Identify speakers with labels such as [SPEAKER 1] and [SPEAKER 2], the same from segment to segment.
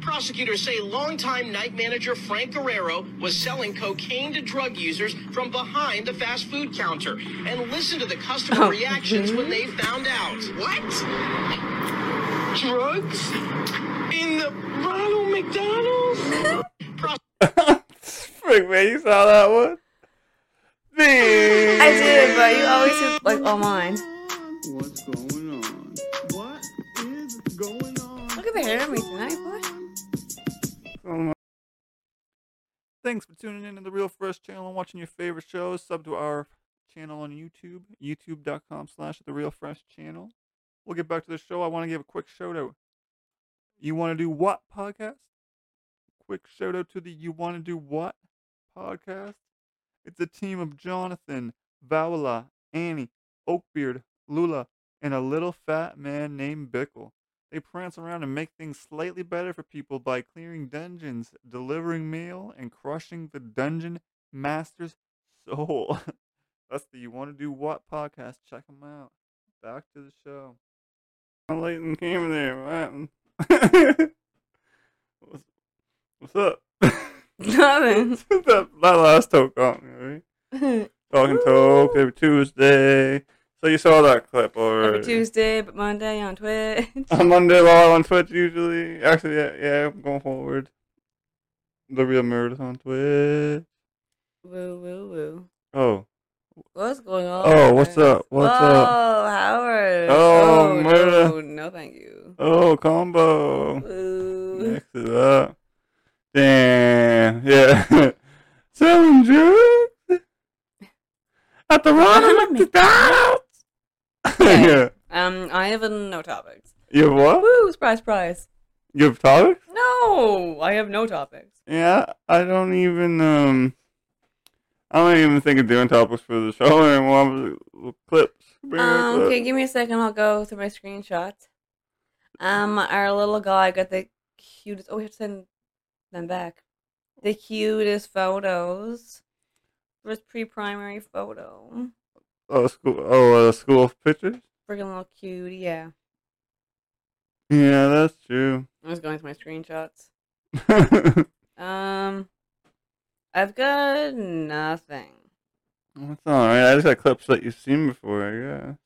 [SPEAKER 1] Prosecutors say longtime night manager Frank Guerrero was selling cocaine to drug users from behind the fast food counter. And listen to the customer
[SPEAKER 2] Oh.
[SPEAKER 1] reactions when they found out. What? Drugs? In the Ronald McDonald's? Prosecutors
[SPEAKER 3] Frick, man, you saw that one?
[SPEAKER 2] I
[SPEAKER 3] Ding.
[SPEAKER 2] did, but you always hit, like all mine.
[SPEAKER 4] What's going on? What is going on?
[SPEAKER 2] Look at the hair on me tonight, boy.
[SPEAKER 3] Oh my- Thanks for tuning in to the Real Fresh channel and watching your favorite shows. Sub to our channel on YouTube, youtube.com slash the Real Fresh channel. We'll get back to the show. I want to give a quick shout out. You want to do what podcast? Quick shout out to the You Want to Do What podcast. It's a team of Jonathan, Vowla, Annie, Oakbeard, Lula, and a little fat man named Bickle. They prance around and make things slightly better for people by clearing dungeons, delivering mail, and crushing the dungeon master's soul. That's the You Want to Do What podcast. Check them out. Back to the show. I'm late in the camera there. What happened? what's, what's up?
[SPEAKER 2] Nothing.
[SPEAKER 3] that, that last talk caught me, right? Talking talk every Tuesday. So you saw that clip already.
[SPEAKER 2] Every Tuesday, but Monday on Twitch.
[SPEAKER 3] I'm under live on Twitch usually. Actually, yeah, yeah, I'm going forward. The real murders on Twitch.
[SPEAKER 2] Woo, woo, woo.
[SPEAKER 3] Oh,
[SPEAKER 2] What's going on?
[SPEAKER 3] oh, what's up? What's
[SPEAKER 2] oh,
[SPEAKER 3] up?
[SPEAKER 2] Howard.
[SPEAKER 3] Oh, murder.
[SPEAKER 2] No, no, thank you.
[SPEAKER 3] Oh, combo.
[SPEAKER 2] Woo.
[SPEAKER 3] Next is up. Damn, yeah. Selling drugs at the Ronald McDonald's.
[SPEAKER 2] Okay.
[SPEAKER 3] yeah,
[SPEAKER 2] Um, I have no topics.
[SPEAKER 3] you have what?
[SPEAKER 2] Woo, surprise, surprise.
[SPEAKER 3] You have topics?
[SPEAKER 2] No, I have no topics.
[SPEAKER 3] Yeah, I don't even um, I don't even think of doing topics for the show anymore. I'm- Clips. Bring me a
[SPEAKER 2] Um,
[SPEAKER 3] clip.
[SPEAKER 2] okay, give me a second. I'll go through my screenshots. Um, our little guy got the cutest. Oh, we have to send them back. The cutest photos. First pre-primary photo.
[SPEAKER 3] Oh, school. Oh, uh, school pictures.
[SPEAKER 2] Freaking little cute. Yeah,
[SPEAKER 3] Yeah, that's true.
[SPEAKER 2] I was going through my screenshots. Um, I've got nothing.
[SPEAKER 3] that's all right. I just got clips that you've seen before.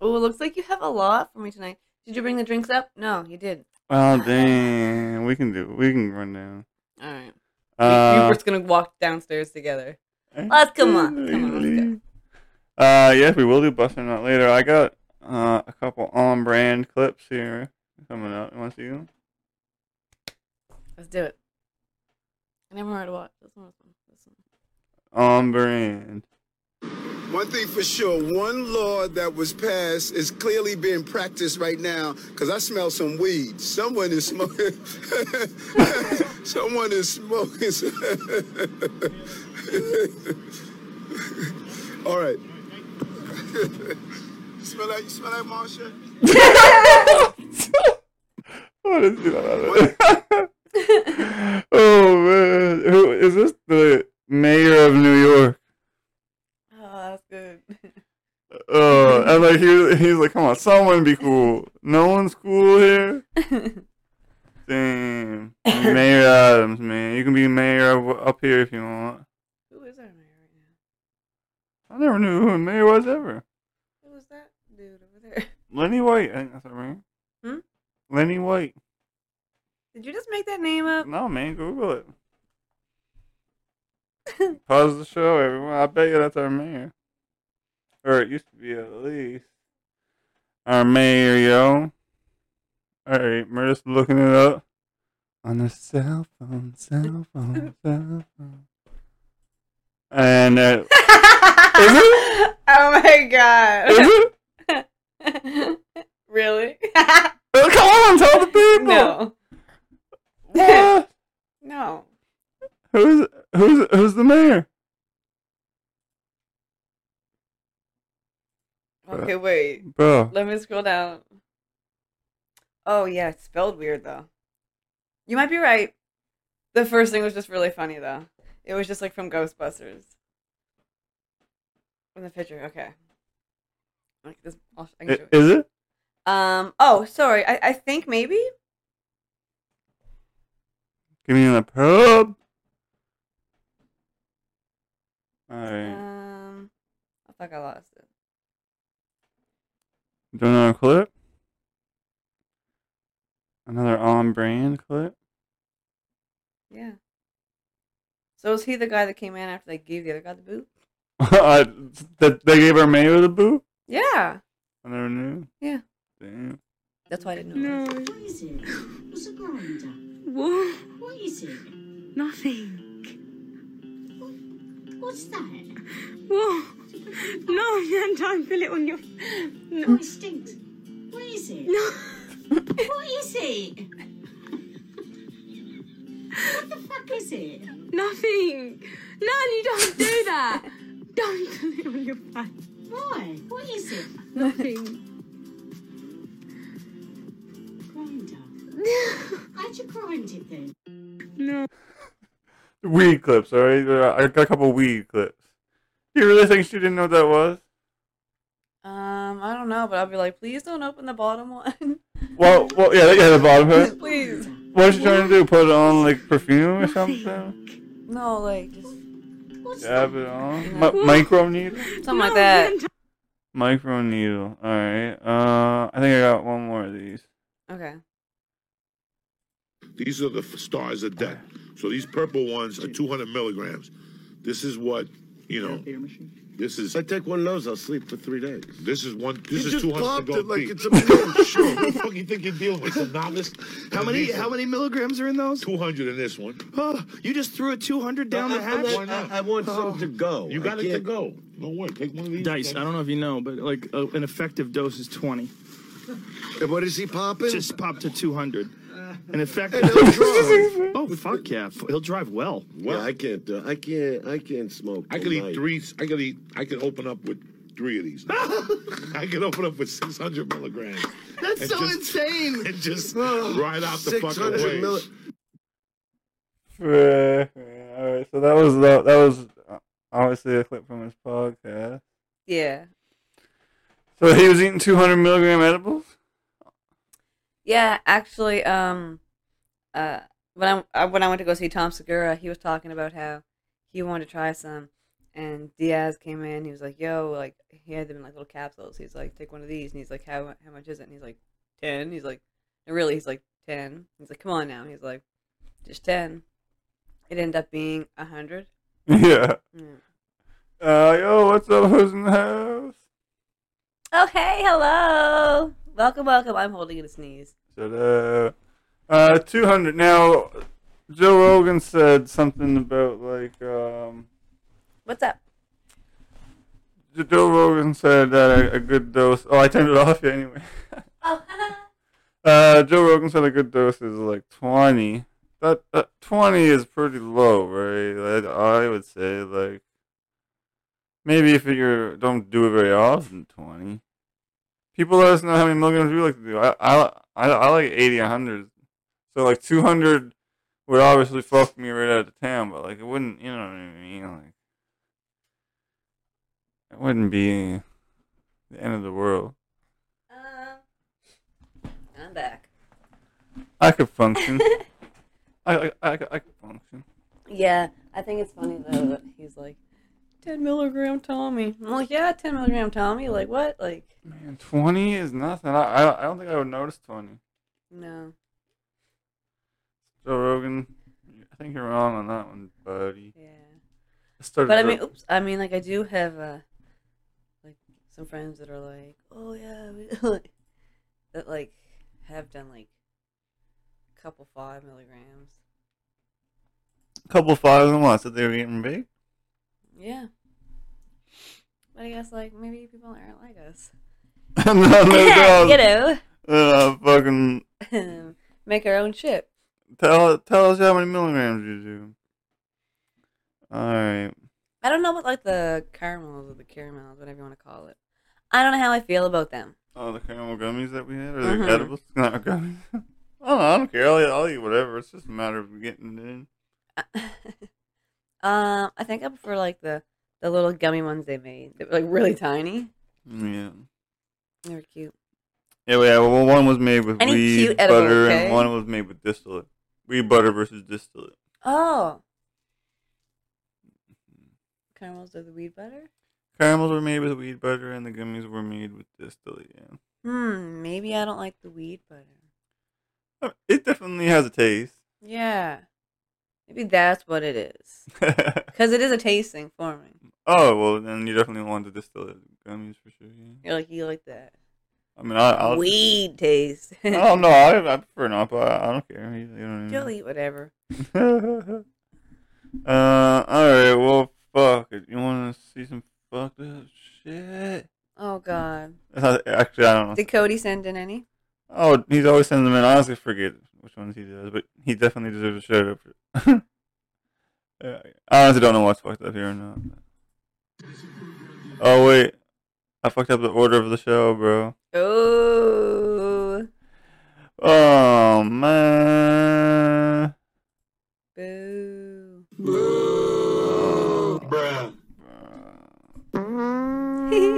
[SPEAKER 2] Oh, it looks like you have a lot for me tonight. Did you bring the drinks up? No, you did.
[SPEAKER 3] Yeah. Oh, damn. We can do. We can run down.
[SPEAKER 2] All right. we,
[SPEAKER 3] Uh,
[SPEAKER 2] were just gonna walk downstairs together. Let's come on. Come on,
[SPEAKER 3] Uh, yes, we will do busting out later. I got uh a couple on brand clips here coming up. You want to see them?
[SPEAKER 2] Let's do it. I never heard of what. This one, this one, this one.
[SPEAKER 3] On brand.
[SPEAKER 5] One thing for sure, one law that was passed is clearly being practiced right now because I smell some weed. Someone is smoking. Someone is smoking. some- All right. you smell that? You smell that, Marsha?
[SPEAKER 3] What is that? oh man, who is this? The mayor of New York.
[SPEAKER 2] Oh, that's good.
[SPEAKER 3] Uh, and like he, he's like, come on, someone be cool. No one's cool here. Damn, Mayor Adams, man, you can be mayor of- up here if you want.
[SPEAKER 2] Who is our mayor right now?
[SPEAKER 3] I never knew who a mayor was ever.
[SPEAKER 2] Who was that dude over there?
[SPEAKER 3] Lenny White, I think that's her name.
[SPEAKER 2] Hmm?
[SPEAKER 3] Lenny White.
[SPEAKER 2] Did you just make that name up?
[SPEAKER 3] No, man, Google it. Pause the show, everyone. I bet you that's our mayor, or it used to be at least our mayor, yo. All right, we're just looking it up on the cell phone, cell phone, cell phone, and uh,
[SPEAKER 2] oh my
[SPEAKER 3] is
[SPEAKER 2] god.
[SPEAKER 3] it?
[SPEAKER 2] really?
[SPEAKER 3] Oh, Come on, tell the people.
[SPEAKER 2] no.
[SPEAKER 3] What?
[SPEAKER 2] No.
[SPEAKER 3] Who's who's who's the mayor?
[SPEAKER 2] Okay, wait.
[SPEAKER 3] Bro,
[SPEAKER 2] Let me scroll down. Oh yeah, it's spelled weird though. You might be right. The first thing was just really funny though. It was just like from Ghostbusters. In the picture, okay. Like this, I'll, I
[SPEAKER 3] i-
[SPEAKER 2] can show
[SPEAKER 3] is it?
[SPEAKER 2] it. Um. Oh, sorry. I, I think maybe
[SPEAKER 3] Give me in the pub. All right.
[SPEAKER 2] Um, I think I lost it.
[SPEAKER 3] Doing another clip. Another on brand clip.
[SPEAKER 2] Yeah. So is he the guy that came in after they gave the other guy the boot?
[SPEAKER 3] that they gave our mayor the boot.
[SPEAKER 2] Yeah.
[SPEAKER 3] I never knew.
[SPEAKER 2] Yeah.
[SPEAKER 3] Damn.
[SPEAKER 2] That's why I didn't know.
[SPEAKER 6] What is it? What's the grinder?
[SPEAKER 7] What?
[SPEAKER 6] What is it?
[SPEAKER 7] Nothing.
[SPEAKER 6] What's that?
[SPEAKER 7] What? No, no, don't feel it on your.
[SPEAKER 6] Oh,
[SPEAKER 7] No.
[SPEAKER 6] it stinks. What is it?
[SPEAKER 7] no.
[SPEAKER 6] What is it? what the fuck is it?
[SPEAKER 7] Nothing. No, you don't do that. don't feel it on your face.
[SPEAKER 6] Why? What is it?
[SPEAKER 7] Nothing.
[SPEAKER 6] Grinder. How'd you grind it then?
[SPEAKER 7] no.
[SPEAKER 3] Weed clips, alright? I got a couple weed clips. You really think she didn't know what that was?
[SPEAKER 2] Um, I don't know, but I'll be like, please don't open the bottom one.
[SPEAKER 3] Well, well, yeah, yeah, the bottom part.
[SPEAKER 2] please.
[SPEAKER 3] What is she trying to do? Put it on like perfume or something?
[SPEAKER 2] No, like just
[SPEAKER 6] What's
[SPEAKER 3] Dab it on? Mi- micro needle?
[SPEAKER 2] something like that.
[SPEAKER 3] Micro needle. Alright. Uh, I think I got one more of these.
[SPEAKER 2] Okay.
[SPEAKER 8] These are the f- stars of death. So these purple ones are 200 milligrams. This is what, you know, this is
[SPEAKER 9] I take one of those, I'll sleep for three days.
[SPEAKER 8] this is one. This
[SPEAKER 9] You
[SPEAKER 8] is
[SPEAKER 9] just
[SPEAKER 8] 200
[SPEAKER 9] popped
[SPEAKER 8] to go
[SPEAKER 9] it like
[SPEAKER 8] deep.
[SPEAKER 9] it's a pill.
[SPEAKER 8] Sure, what the fuck you think you're dealing with? A novice?
[SPEAKER 9] How many? How many milligrams are in those?
[SPEAKER 8] 200 in this one.
[SPEAKER 9] Oh,
[SPEAKER 4] You just threw a 200 down the
[SPEAKER 9] I, I-
[SPEAKER 4] hatch?
[SPEAKER 8] Why not?
[SPEAKER 9] I- I want some to go.
[SPEAKER 8] You
[SPEAKER 9] I
[SPEAKER 8] got it to
[SPEAKER 9] can't-
[SPEAKER 8] go. Don't worry. Take one of these.
[SPEAKER 4] Dice, I don't know if you know, but like uh, an effective dose is 20.
[SPEAKER 9] And What is he popping? Uh,
[SPEAKER 4] Just popped to 200. An effective
[SPEAKER 9] And he'll drive.
[SPEAKER 4] Oh, fuck yeah. f- He'll drive well.
[SPEAKER 9] yeah, I can't do. I can't. I can't smoke.
[SPEAKER 8] I
[SPEAKER 9] all
[SPEAKER 8] could eat
[SPEAKER 9] night.
[SPEAKER 8] three. I could eat. I could open up with three of these. I could open up with 600 milligrams
[SPEAKER 9] That's
[SPEAKER 8] and
[SPEAKER 9] so
[SPEAKER 8] just-
[SPEAKER 9] insane.
[SPEAKER 8] and just
[SPEAKER 9] Oh,
[SPEAKER 8] ride out the fucking
[SPEAKER 9] 600
[SPEAKER 8] way.
[SPEAKER 9] milli-
[SPEAKER 3] Alright, so that was the, that was uh, obviously a clip from his podcast.
[SPEAKER 2] Yeah.
[SPEAKER 3] So he was eating 200 milligram edibles?
[SPEAKER 2] Yeah, actually, um, uh, when I- I when I went to go see Tom Segura, he was talking about how he wanted to try some, and Diaz came in. He was like, "Yo, like he had them in like little capsules." He's like, "Take one of these," and he's like, "How how much is it?" And he's like, 10. He's like, "No, really?" He's like, 10. He's like, "Come on now." He's like, "Just 10. It ended up being a hundred.
[SPEAKER 3] Yeah.
[SPEAKER 2] Mm.
[SPEAKER 3] Uh, yo, what's up? Who's in the house?
[SPEAKER 2] Oh hey, hello, welcome, welcome. I'm holding in a sneeze.
[SPEAKER 3] Ta-da. Uh, 200. Now, Joe Rogan said something about, like, um,
[SPEAKER 2] What's up?
[SPEAKER 3] Joe Rogan said that a, a good dose. Oh, I turned it off yeah, anyway.
[SPEAKER 2] Oh,
[SPEAKER 3] Uh, Joe Rogan said a good dose is like 20. That, that 20 is pretty low, right? That I would say, like, maybe if you don't do it very often, 20. People let us know how many milligrams you like to do. I, I, I, I like 80, 100. So, like, 200 would obviously fuck me right out of town, but, like, it wouldn't, you know what I mean? Like, it wouldn't be the end of the world.
[SPEAKER 2] Um, Uh, I'm back.
[SPEAKER 3] I could function. I, I, I, I could function.
[SPEAKER 2] Yeah, I think it's funny though that he's like, 10 milligram Tommy. I'm like, yeah, 10 milligram Tommy. Like, what? Like,
[SPEAKER 3] Man, 20 is nothing. I, I, I don't think I would notice 20.
[SPEAKER 2] no.
[SPEAKER 3] Joe Rogan, I think you're wrong on that one, buddy.
[SPEAKER 2] Yeah.
[SPEAKER 3] I started
[SPEAKER 2] But I mean,
[SPEAKER 3] to-
[SPEAKER 2] oops. I mean, like, I do have, uh, like, some friends that are like, oh, yeah. we- that, like, have done, like, a couple five milligrams.
[SPEAKER 3] a couple fives and lots that they were getting big.
[SPEAKER 2] Yeah. But I guess, like, maybe people aren't like us.
[SPEAKER 3] no, no, no.
[SPEAKER 2] you know,
[SPEAKER 3] Uh, fucking
[SPEAKER 2] make our own shit.
[SPEAKER 3] tell, tell us how many milligrams you do. Alright.
[SPEAKER 2] I don't know what like the caramels or the caramels, whatever you want to call it. I don't know how I feel about them.
[SPEAKER 3] Oh, the caramel gummies that we had? Are they
[SPEAKER 2] Mhm.
[SPEAKER 3] edibles? Not gummies. I don't know. I don't care. I'll, I'll eat whatever. It's just a matter of getting it in.
[SPEAKER 2] um, I think I prefer like the the little gummy ones they made. They were like really tiny.
[SPEAKER 3] Yeah.
[SPEAKER 2] They were cute.
[SPEAKER 3] Yeah, well, yeah, well, one was made with
[SPEAKER 2] Any
[SPEAKER 3] weed,
[SPEAKER 2] cute edible,
[SPEAKER 3] butter,
[SPEAKER 2] okay?
[SPEAKER 3] and one was made with distillate. Weed butter versus distillate.
[SPEAKER 2] Oh. Caramels are the weed butter?
[SPEAKER 3] Caramels were made with weed butter, and the gummies were made with distillate. Yeah.
[SPEAKER 2] Hmm, maybe I don't like the weed butter.
[SPEAKER 3] Uh, It definitely has a taste.
[SPEAKER 2] Yeah. Maybe that's what it is. Because it is a tasting for me.
[SPEAKER 3] oh well, then you definitely want the distillate gummies for sure. Yeah.
[SPEAKER 2] You're like, you like that.
[SPEAKER 3] I mean, I I'll, Oh.
[SPEAKER 2] weed taste.
[SPEAKER 3] I don't know. I, I prefer not, but I, I don't care. You, you
[SPEAKER 2] You'll
[SPEAKER 3] know
[SPEAKER 2] eat whatever.
[SPEAKER 3] what I mean? uh, all right. Well, fuck. it. You want to see some fucked up shit? Uh,
[SPEAKER 2] Oh, God.
[SPEAKER 3] Actually, I don't know.
[SPEAKER 2] Did Cody send in any?
[SPEAKER 3] Oh, he's always sending them in. I honestly forget which ones he does, but he definitely deserves a shout out. For Uh, I honestly don't know what's fucked up here or not. Oh wait, I fucked up the order of the show, bro.
[SPEAKER 2] Oh.
[SPEAKER 3] Oh man.
[SPEAKER 2] Boo.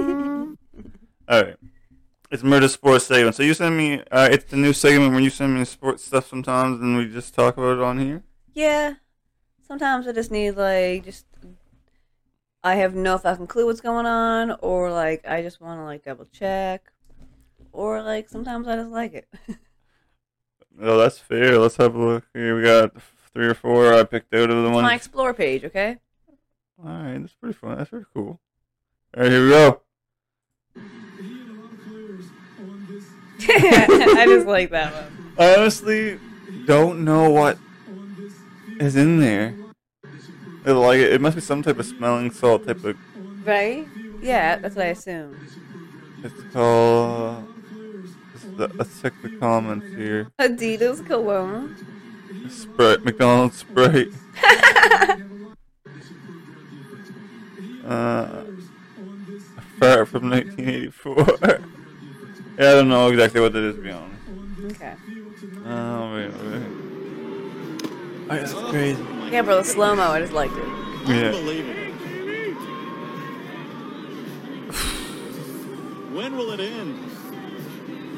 [SPEAKER 3] All right. It's murder sports segment. So you send me. Uh, it's the new segment where you send me sports stuff sometimes, and we just talk about it on here.
[SPEAKER 2] Yeah. Sometimes I just need like just I have no fucking clue what's going on or like I just want to like double check or like sometimes I just like it.
[SPEAKER 3] Oh, that's fair. Let's have a look here. We got three or four I picked out of the
[SPEAKER 2] My
[SPEAKER 3] ones.
[SPEAKER 2] explore page, okay?
[SPEAKER 3] All right, that's pretty fun. That's pretty cool. All right, here we go.
[SPEAKER 2] I just like that one.
[SPEAKER 3] I honestly don't know what is in there. It, like it must be some type of smelling salt type of.
[SPEAKER 2] Right? Yeah, that's what I assume.
[SPEAKER 3] It's called. it's the- Let's check the comments here.
[SPEAKER 2] Adidas cologne.
[SPEAKER 3] Sprite, McDonald's Sprite. uh, Fart from 1984. yeah, I don't know exactly what that is, to be honest.
[SPEAKER 2] Okay.
[SPEAKER 3] Oh, wait, wait. Alright, Oh, that's crazy.
[SPEAKER 2] Yeah, bro, the slow mo, I just liked it.
[SPEAKER 3] Yeah.
[SPEAKER 4] When will it end?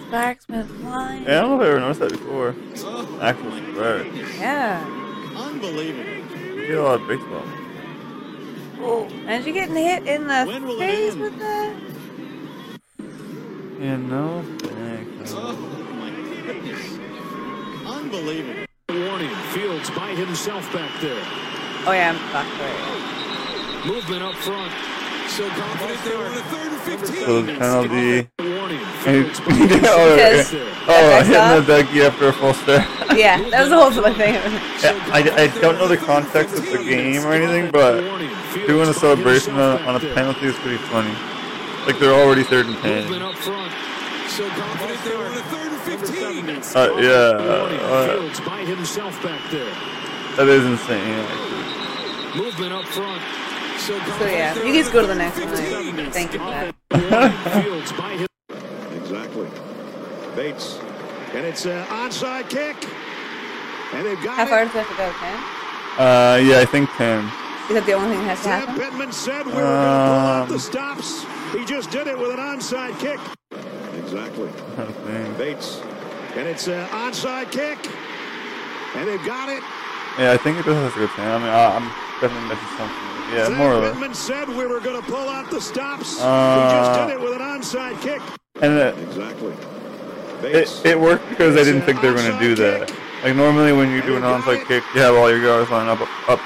[SPEAKER 2] Sparks went flying.
[SPEAKER 3] yeah, I don't know if I ever noticed that before. Actual Sprite.
[SPEAKER 2] Yeah.
[SPEAKER 4] Unbelievable.
[SPEAKER 3] You get a lot of baseball.
[SPEAKER 2] And you getting hit in the
[SPEAKER 4] When will it
[SPEAKER 2] face
[SPEAKER 4] end?
[SPEAKER 2] with that?
[SPEAKER 3] Yeah, no thanks.
[SPEAKER 4] Unbelievable. Warning, Fields by himself back there.
[SPEAKER 2] Oh yeah, I'm fucked right.
[SPEAKER 4] Movement up front. So confident they were in a third and
[SPEAKER 3] So the
[SPEAKER 4] 15.
[SPEAKER 3] penalty.
[SPEAKER 4] Warning,
[SPEAKER 3] And-
[SPEAKER 4] Fields by
[SPEAKER 3] oh,
[SPEAKER 2] Because-
[SPEAKER 3] yeah.
[SPEAKER 4] himself.
[SPEAKER 3] oh, I hit
[SPEAKER 2] Because-
[SPEAKER 3] the Becky after a false start.
[SPEAKER 2] Yeah, that was the whole fucking thing.
[SPEAKER 3] Yeah, I, I don't know the context of the game or anything, but
[SPEAKER 4] Warning, Fields
[SPEAKER 3] doing a
[SPEAKER 4] by
[SPEAKER 3] celebration on,
[SPEAKER 4] himself
[SPEAKER 3] on a
[SPEAKER 4] back there.
[SPEAKER 3] penalty is pretty funny. Like they're already third and
[SPEAKER 4] Movement
[SPEAKER 3] ten.
[SPEAKER 4] up front. So confident they were in a third and 15.
[SPEAKER 3] Uh, yeah,
[SPEAKER 4] Warning,
[SPEAKER 3] uh,
[SPEAKER 4] Fields by himself back there.
[SPEAKER 3] that is insane. actually.
[SPEAKER 4] Movement up front. So,
[SPEAKER 2] So yeah, you just go to the next one. I Thank you for that.
[SPEAKER 4] Fields by him.
[SPEAKER 9] Exactly. Bates.
[SPEAKER 4] And it's an onside kick. And they've got
[SPEAKER 2] How
[SPEAKER 4] it.
[SPEAKER 2] far does it have to go, Ken?
[SPEAKER 3] Uh, yeah, I think ten.
[SPEAKER 2] Is that the only thing that has to
[SPEAKER 4] Sam
[SPEAKER 2] happen?
[SPEAKER 4] Pittman said we were going to pull out
[SPEAKER 3] Um,
[SPEAKER 4] the stops. He just did it with an onside kick.
[SPEAKER 9] Exactly.
[SPEAKER 3] I think.
[SPEAKER 9] Bates.
[SPEAKER 4] And it's an onside kick. And they've got it.
[SPEAKER 3] Yeah, I think it does have to go ten. I mean, I, I'm definitely missing something. Yeah,
[SPEAKER 4] Sam
[SPEAKER 3] more or less.
[SPEAKER 4] Pittman said we were going to pull out the stops. he
[SPEAKER 3] Uh,
[SPEAKER 4] just did it with an onside kick.
[SPEAKER 3] And it,
[SPEAKER 9] Exactly.
[SPEAKER 3] it,
[SPEAKER 9] Bates.
[SPEAKER 3] it worked because I didn't think they were gonna do that. Like normally when you do an onside kick, you have all your guards lined up up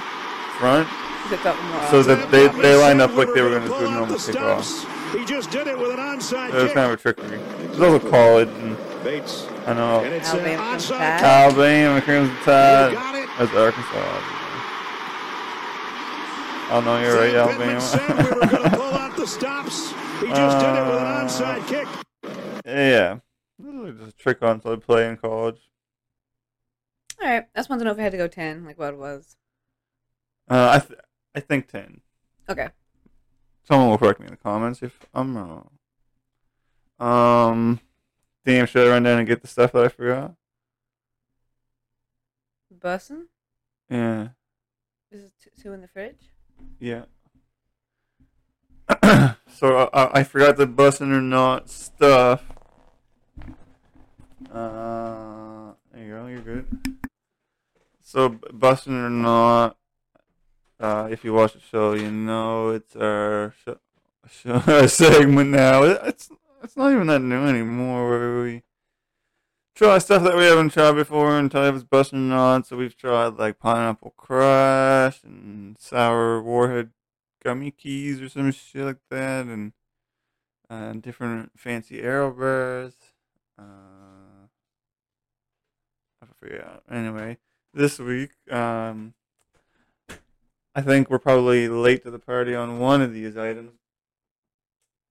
[SPEAKER 3] front,
[SPEAKER 2] Is it something more
[SPEAKER 3] so
[SPEAKER 2] off?
[SPEAKER 3] that they they lined up
[SPEAKER 4] Said we
[SPEAKER 3] like they were
[SPEAKER 4] gonna
[SPEAKER 3] gonna
[SPEAKER 4] pull
[SPEAKER 3] do a
[SPEAKER 4] out
[SPEAKER 3] normal
[SPEAKER 4] the
[SPEAKER 3] kickoff.
[SPEAKER 4] stops. He just did it with an onside
[SPEAKER 3] It was
[SPEAKER 4] kick.
[SPEAKER 3] kind of a trickery. It was also college, and
[SPEAKER 9] Bates.
[SPEAKER 3] I know
[SPEAKER 4] And it's an
[SPEAKER 2] Alabama comes
[SPEAKER 4] onside
[SPEAKER 2] back.
[SPEAKER 3] Alabama Crimson Tide.
[SPEAKER 4] You got it.
[SPEAKER 3] That's Arkansas. Oh no, you're right,
[SPEAKER 4] Sam Pittman said we were going to
[SPEAKER 3] Alabama.
[SPEAKER 4] pull out the stops. He just
[SPEAKER 3] uh,
[SPEAKER 4] did it with an onside kick.
[SPEAKER 3] yeah, this is just a trick on so I play in college.
[SPEAKER 2] All right, I just wanted to know if it had to go ten, like what it was.
[SPEAKER 3] Uh, I th- I think ten.
[SPEAKER 2] Okay.
[SPEAKER 3] Someone will correct me in the comments if I'm wrong. Um, damn, should I run down and get the stuff that I forgot?
[SPEAKER 2] Bussin?
[SPEAKER 3] Yeah,
[SPEAKER 2] This is t- two in the fridge.
[SPEAKER 3] yeah. so I, I forgot the bussin' or not stuff. Uh, there you go. You're good. So, b- busting or not, uh, if you watch the show, you know it's our show, show segment now. It- It's it's not even that new anymore. Where we try stuff that we haven't tried before and tell you if it's busting or not. So we've tried like pineapple crush and sour warhead gummy keys or some shit like that, and uh, different fancy arrow bars. Uh, I forget. Anyway, this week, um, I think we're probably late to the party on one of these items.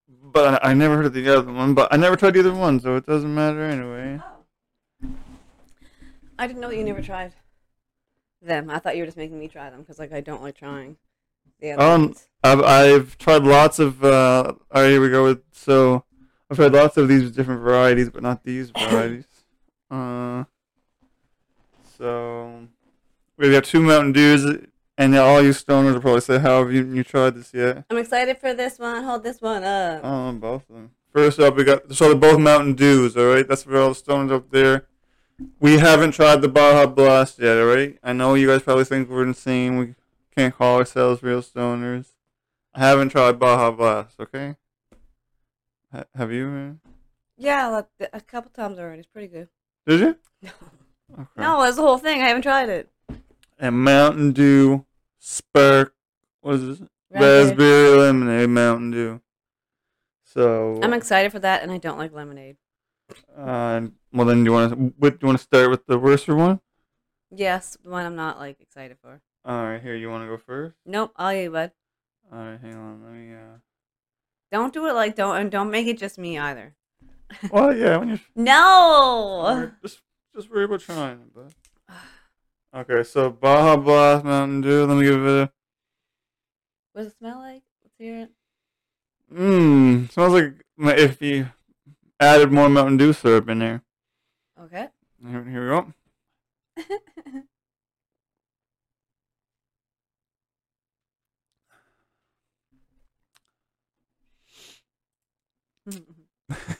[SPEAKER 3] But I, I never heard of the other one, but I never tried either one, so it doesn't matter anyway.
[SPEAKER 2] I didn't know that you never tried them. I thought you were just making me try them because, like, I don't like trying the other
[SPEAKER 3] Um,
[SPEAKER 2] ones.
[SPEAKER 3] I've, I've tried lots of. Uh, all right, here we go. With so I've tried lots of these different varieties, but not these varieties. uh, so we have two Mountain Dews, and all you stoners will probably say, "How have you, you tried this yet?"
[SPEAKER 2] I'm excited for this one. Hold this one up.
[SPEAKER 3] Um, both of them. First up, we got so they're both Mountain Dews. All right, that's for all the stoners up there. We haven't tried the Baja Blast yet. All right, I know you guys probably think we're insane. We can't call ourselves real stoners. I haven't tried Baja Blast. Okay. Ha- have you? Man?
[SPEAKER 2] Yeah, like, th- a couple times already. It's pretty good.
[SPEAKER 3] Did you?
[SPEAKER 2] No,
[SPEAKER 3] Okay.
[SPEAKER 2] no, that's the whole thing. I haven't tried it.
[SPEAKER 3] And Mountain Dew Spark. What is this?
[SPEAKER 2] Raspberry.
[SPEAKER 3] Raspberry lemonade Mountain Dew. So
[SPEAKER 2] I'm excited for that, and I don't like lemonade.
[SPEAKER 3] Uh, well, then do you want to? Do you want to start with the worser one?
[SPEAKER 2] Yes, the one I'm not like excited for.
[SPEAKER 3] All right, here you want to go first.
[SPEAKER 2] Nope, I'll eat, bud.
[SPEAKER 3] All right, hang on. Let me. Uh...
[SPEAKER 2] Don't do it like don't and don't make it just me either.
[SPEAKER 3] Well, yeah, when you're
[SPEAKER 2] No.
[SPEAKER 3] just just worry about trying it, bud. Okay, so Baja Blast Mountain Dew. Let me give it.
[SPEAKER 2] What does it smell like? Let's hear it.
[SPEAKER 3] a... Mmm, smells like my- if you added more Mountain Dew syrup in there.
[SPEAKER 2] Okay.
[SPEAKER 3] Here, here we go.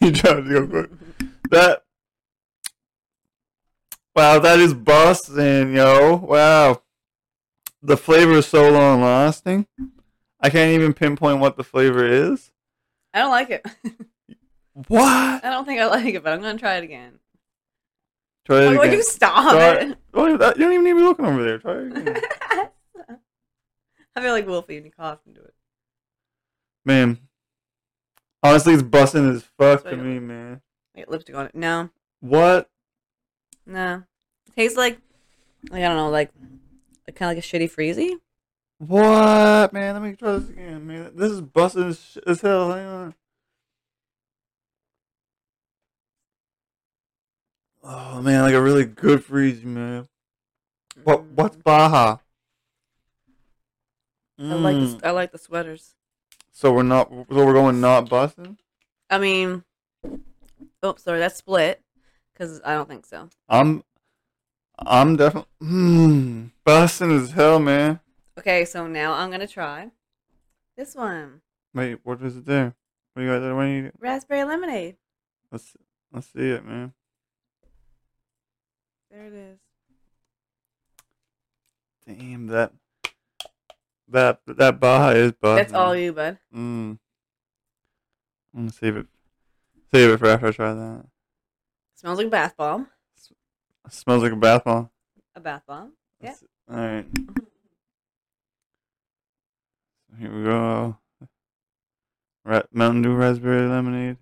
[SPEAKER 3] you tried to go quick. That. Wow, that is busting, yo. Wow. The flavor is so long lasting. I can't even pinpoint what the flavor is.
[SPEAKER 2] I don't like it.
[SPEAKER 3] What?
[SPEAKER 2] I don't think I like it, but I'm gonna try it again.
[SPEAKER 3] Try it
[SPEAKER 2] Oh,
[SPEAKER 3] again.
[SPEAKER 2] would you stop
[SPEAKER 3] Try- Oh, that- you don't even need to be looking over there. Try it again.
[SPEAKER 2] it? I feel like Wolfie and he coughed into it.
[SPEAKER 3] man. Honestly, it's busting as fuck
[SPEAKER 2] So
[SPEAKER 3] to
[SPEAKER 2] you-
[SPEAKER 3] me, man.
[SPEAKER 2] I get lipstick on it. No,
[SPEAKER 3] What?
[SPEAKER 2] no. tastes like like I don't know, like like kind of like a shitty freezy.
[SPEAKER 3] What, man? Let me try this again, man. This is busting as, sh- as hell. Hang on. Oh man, like a really good freeze, man. What?
[SPEAKER 2] Mm.
[SPEAKER 3] What's Baja?
[SPEAKER 2] I like
[SPEAKER 3] Mm.
[SPEAKER 2] the, I like the sweaters.
[SPEAKER 3] So we're not. So we're going not busting.
[SPEAKER 2] I mean, oh sorry, that's split because I don't think so.
[SPEAKER 3] I'm. I'm definitely mm, busting as hell, man.
[SPEAKER 2] Okay, so now I'm gonna try this one,
[SPEAKER 3] Wait, what is it there? What do you got? What do you?
[SPEAKER 2] raspberry lemonade.
[SPEAKER 3] Let's let's see it, man.
[SPEAKER 2] There it is.
[SPEAKER 3] Damn that. That that Baja is busting.
[SPEAKER 2] That's all you, bud.
[SPEAKER 3] Mm. I'm gonna save it. Save it for after I try that.
[SPEAKER 2] Smells like a bath bomb.
[SPEAKER 3] It smells like a bath bomb.
[SPEAKER 2] A bath bomb. Yeah.
[SPEAKER 3] All right. Here we go. Ra- Mountain Dew raspberry lemonade.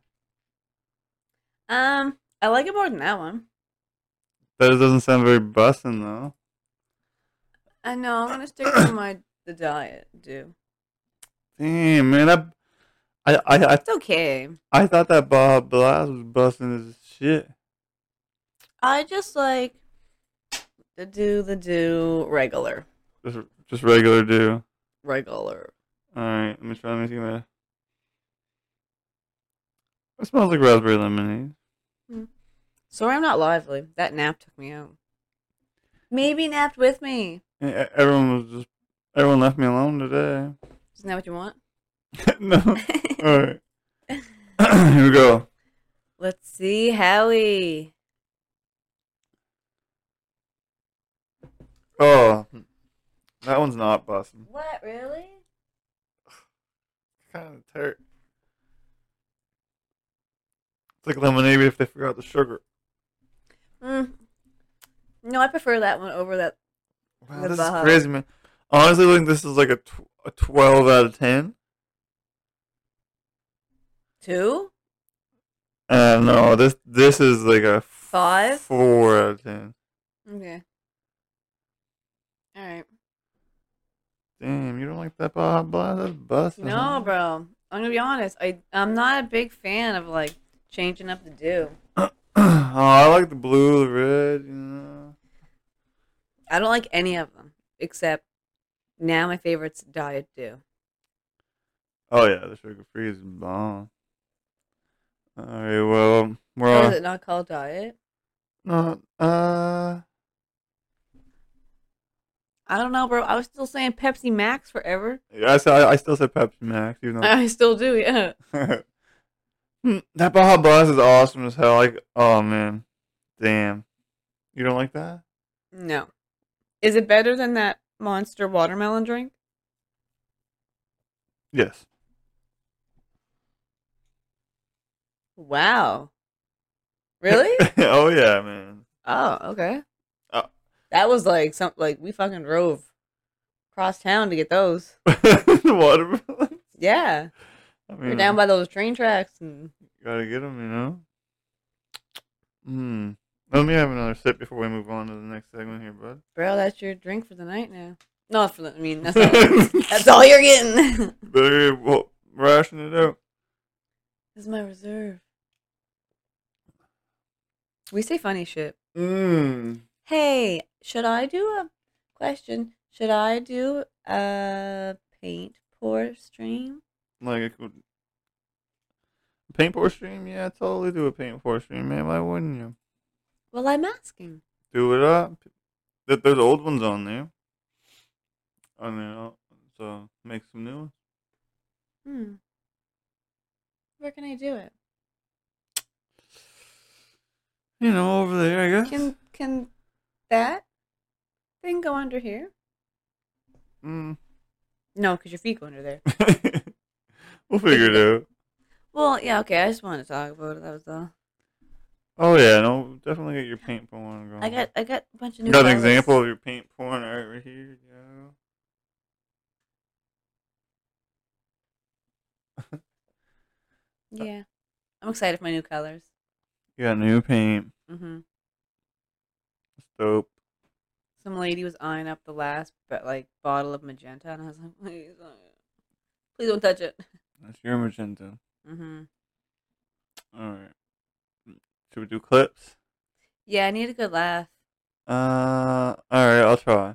[SPEAKER 2] Um, I like it more than that one.
[SPEAKER 3] That doesn't sound very bussin' though.
[SPEAKER 2] I know. I'm gonna stick to my the diet. Do
[SPEAKER 3] Damn man, that, I I I
[SPEAKER 2] it's okay.
[SPEAKER 3] I thought that Baja Blast was bussin' as shit.
[SPEAKER 2] I just like the do the do regular
[SPEAKER 3] Just just regular Dew.
[SPEAKER 2] regular.
[SPEAKER 3] All right, let me try anything that. It smells like raspberry lemonade.
[SPEAKER 2] Sorry, I'm not lively. That nap took me out. Maybe napped with me.
[SPEAKER 3] E- Everyone was just everyone left me alone today.
[SPEAKER 2] Isn't that what you want?
[SPEAKER 3] no. All right. Here we go.
[SPEAKER 2] Let's see, Howie.
[SPEAKER 3] Oh, that one's not busting.
[SPEAKER 2] What really?
[SPEAKER 3] Kind of tart. It's like lemonade if they forgot the sugar.
[SPEAKER 2] Mm. No, I prefer that one over that.
[SPEAKER 3] Wow,
[SPEAKER 2] The
[SPEAKER 3] this
[SPEAKER 2] Baja.
[SPEAKER 3] is crazy, man. Honestly, I think this is like a, tw- a 12 out of 10.
[SPEAKER 2] Two?
[SPEAKER 3] Uh, no, this this is like a f-
[SPEAKER 2] Five?
[SPEAKER 3] 4 out of 10.
[SPEAKER 2] Okay. All right.
[SPEAKER 3] Damn, you don't like that Baja Blast? That's busting.
[SPEAKER 2] No, bro. I'm gonna be honest. I I'm not a big fan of like changing up the do.
[SPEAKER 3] oh, I like the blue, the red, you know.
[SPEAKER 2] I don't like any of them except now my favorite's diet do.
[SPEAKER 3] Oh, yeah, the sugar free is bomb. Alright, well, we're
[SPEAKER 2] Or
[SPEAKER 3] on.
[SPEAKER 2] is it not called diet?
[SPEAKER 3] No, uh,
[SPEAKER 2] I don't know, bro. I was still saying Pepsi Max forever.
[SPEAKER 3] I, s- I- I still said Pepsi Max, even though
[SPEAKER 2] I still do, yeah.
[SPEAKER 3] Hmm, that Baja Blast is awesome as hell. Like, oh man, damn, you don't like that?
[SPEAKER 2] No. Is it better than that monster watermelon drink?
[SPEAKER 3] Yes.
[SPEAKER 2] Wow. Really?
[SPEAKER 3] oh yeah, man.
[SPEAKER 2] oh, okay.
[SPEAKER 3] Oh.
[SPEAKER 2] That was like some like we fucking drove across town to get those.
[SPEAKER 3] Watermelon.
[SPEAKER 2] Yeah.
[SPEAKER 3] I
[SPEAKER 2] We
[SPEAKER 3] mean,
[SPEAKER 2] We're down by those train tracks and
[SPEAKER 3] gotta get them, you know. Hmm. Let me have another sip before we move on to the next segment here, bud.
[SPEAKER 2] bro, that's your drink for the night now. Not for the I mean that's all, that's all you're getting.
[SPEAKER 3] Better well, ration it out.
[SPEAKER 2] This is my reserve. We say funny shit.
[SPEAKER 3] Mmm.
[SPEAKER 2] Hey, should I do a question? Should I do a paint pour stream?
[SPEAKER 3] Like a cool. Paint pour stream? Yeah, totally do a paint pour stream, man. Why wouldn't you?
[SPEAKER 2] Well, I'm asking.
[SPEAKER 3] Do it up. Th- There's old ones on there. On there, uh, so make some new ones.
[SPEAKER 2] Hmm. Where can I do it?
[SPEAKER 3] You know, over there, I guess.
[SPEAKER 2] Can can that thing go under here?
[SPEAKER 3] Mm.
[SPEAKER 2] No, because your feet go under there.
[SPEAKER 3] we'll figure it out.
[SPEAKER 2] Well, yeah, okay. I just wanted to talk about it. That was all.
[SPEAKER 3] Oh yeah, no, definitely get your paint porn going.
[SPEAKER 2] I got I got a bunch of new.
[SPEAKER 3] Mm. got an
[SPEAKER 2] colors.
[SPEAKER 3] example of your paint porn art right here. Yeah.
[SPEAKER 2] Yeah, I'm excited for my new colors.
[SPEAKER 3] You got new paint.
[SPEAKER 2] Mm-hmm.
[SPEAKER 3] It's dope.
[SPEAKER 2] some lady was eyeing up the last but like bottle of magenta and i was like please don't, please don't touch it
[SPEAKER 3] That's your magenta.
[SPEAKER 2] hmm
[SPEAKER 3] All right. Should we do clips?
[SPEAKER 2] yeah i need a good laugh
[SPEAKER 3] Uh, all right, I'll try.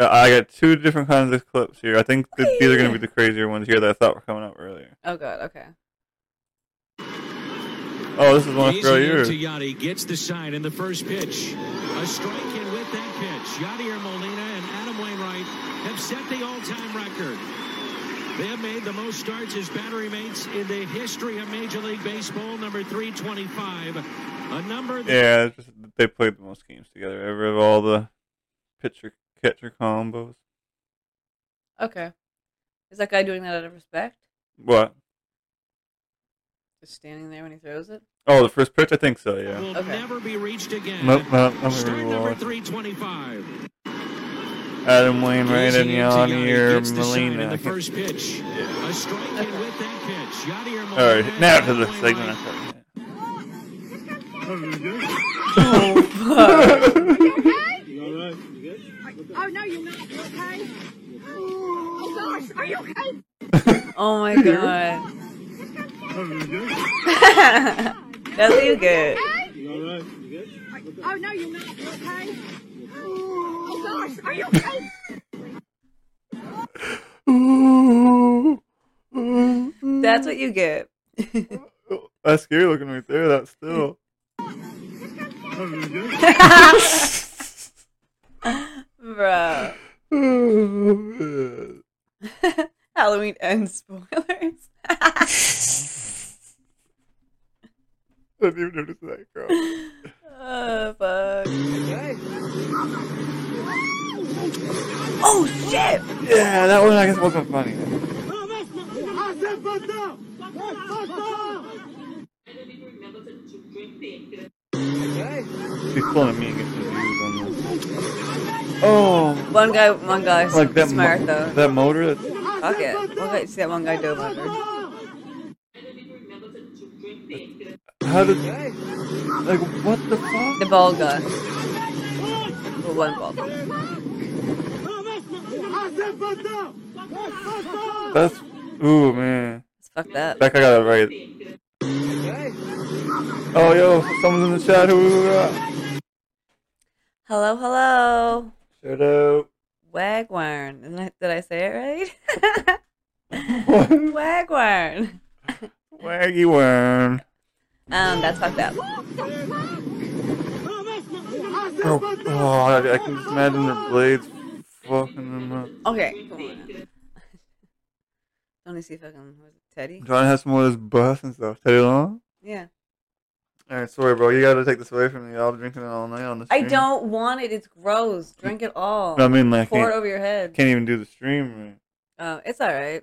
[SPEAKER 3] Yeah, I got two different kinds of clips here. I think that these are going to be the crazier ones here that I thought were coming up earlier.
[SPEAKER 2] oh god okay
[SPEAKER 3] Oh, this is one for yours.
[SPEAKER 10] Yachty gets the sign in the first pitch. A strike, and with that pitch, Yadier Molina and Adam Wainwright have set the all-time record. They have made the most starts as battery mates in the history of Major League Baseball, number 325, a number that
[SPEAKER 3] Yeah, it's just, they played the most games together ever of all the pitcher catcher combos.
[SPEAKER 2] okay is that guy doing that out of respect
[SPEAKER 3] What?
[SPEAKER 2] just standing there when he throws it
[SPEAKER 3] Oh, the first pitch? I think so, yeah.
[SPEAKER 10] will
[SPEAKER 2] Okay.
[SPEAKER 10] never be reached again.
[SPEAKER 3] Nope, nope, I'm
[SPEAKER 10] Start
[SPEAKER 3] going
[SPEAKER 10] number
[SPEAKER 3] to
[SPEAKER 10] 325.
[SPEAKER 3] Adam Wainwright and
[SPEAKER 10] Easy into
[SPEAKER 3] Yanni
[SPEAKER 10] Yachty
[SPEAKER 3] or
[SPEAKER 10] gets the sign in
[SPEAKER 3] Molina.
[SPEAKER 10] the first pitch. A strike, and with that pitch, Yadier Molina
[SPEAKER 3] All right,
[SPEAKER 10] and
[SPEAKER 3] now to
[SPEAKER 10] Adam
[SPEAKER 3] the
[SPEAKER 10] Wainwright
[SPEAKER 3] segment. I thought-
[SPEAKER 2] Oh, oh my god that's you good
[SPEAKER 11] Oh,
[SPEAKER 2] that's what you get
[SPEAKER 3] That's scary looking right there. That's still.
[SPEAKER 2] bro
[SPEAKER 3] oh
[SPEAKER 2] halloween and spoilers
[SPEAKER 3] I didn't even notice that, girl.
[SPEAKER 2] oh fuck Oh shit!
[SPEAKER 3] Yeah, that one I guess wasn't funny. She's pulling me against the views on this. Oh,
[SPEAKER 2] One guy, one guy.
[SPEAKER 3] like that
[SPEAKER 2] smart
[SPEAKER 3] mo-
[SPEAKER 2] though.
[SPEAKER 3] that motor. That,
[SPEAKER 2] Fuck it. One guy, see that one guy dove under.
[SPEAKER 3] how did? Like what the fuck?
[SPEAKER 2] The ball guy. The one ball. guy.
[SPEAKER 3] That's ooh man.
[SPEAKER 2] Fuck that.
[SPEAKER 3] That guy got it right. Oh yo, someone's in the chat. Who we got?
[SPEAKER 2] Hello, hello.
[SPEAKER 3] Shout out.
[SPEAKER 2] Wagwarn. Didn't I- Did I say it right?
[SPEAKER 3] What?
[SPEAKER 2] Wagwarn.
[SPEAKER 3] Waggy worm.
[SPEAKER 2] Um, that's fucked up.
[SPEAKER 3] Oh, God, I can just imagine their blades fucking them up.
[SPEAKER 2] Okay, come on. now. Let me see if I can. Was it Teddy?
[SPEAKER 3] I'm trying to have some more of this bus and stuff. Teddy Long?
[SPEAKER 2] Yeah.
[SPEAKER 3] Alright, sorry, bro. You gotta take this away from me. I'll drink it all night on the
[SPEAKER 2] I
[SPEAKER 3] stream.
[SPEAKER 2] don't want it. It's gross. Drink it all.
[SPEAKER 3] No, I mean, like,
[SPEAKER 2] pour it
[SPEAKER 3] can't-
[SPEAKER 2] over your head.
[SPEAKER 3] Can't even do the stream. Right?
[SPEAKER 2] Oh, it's all right.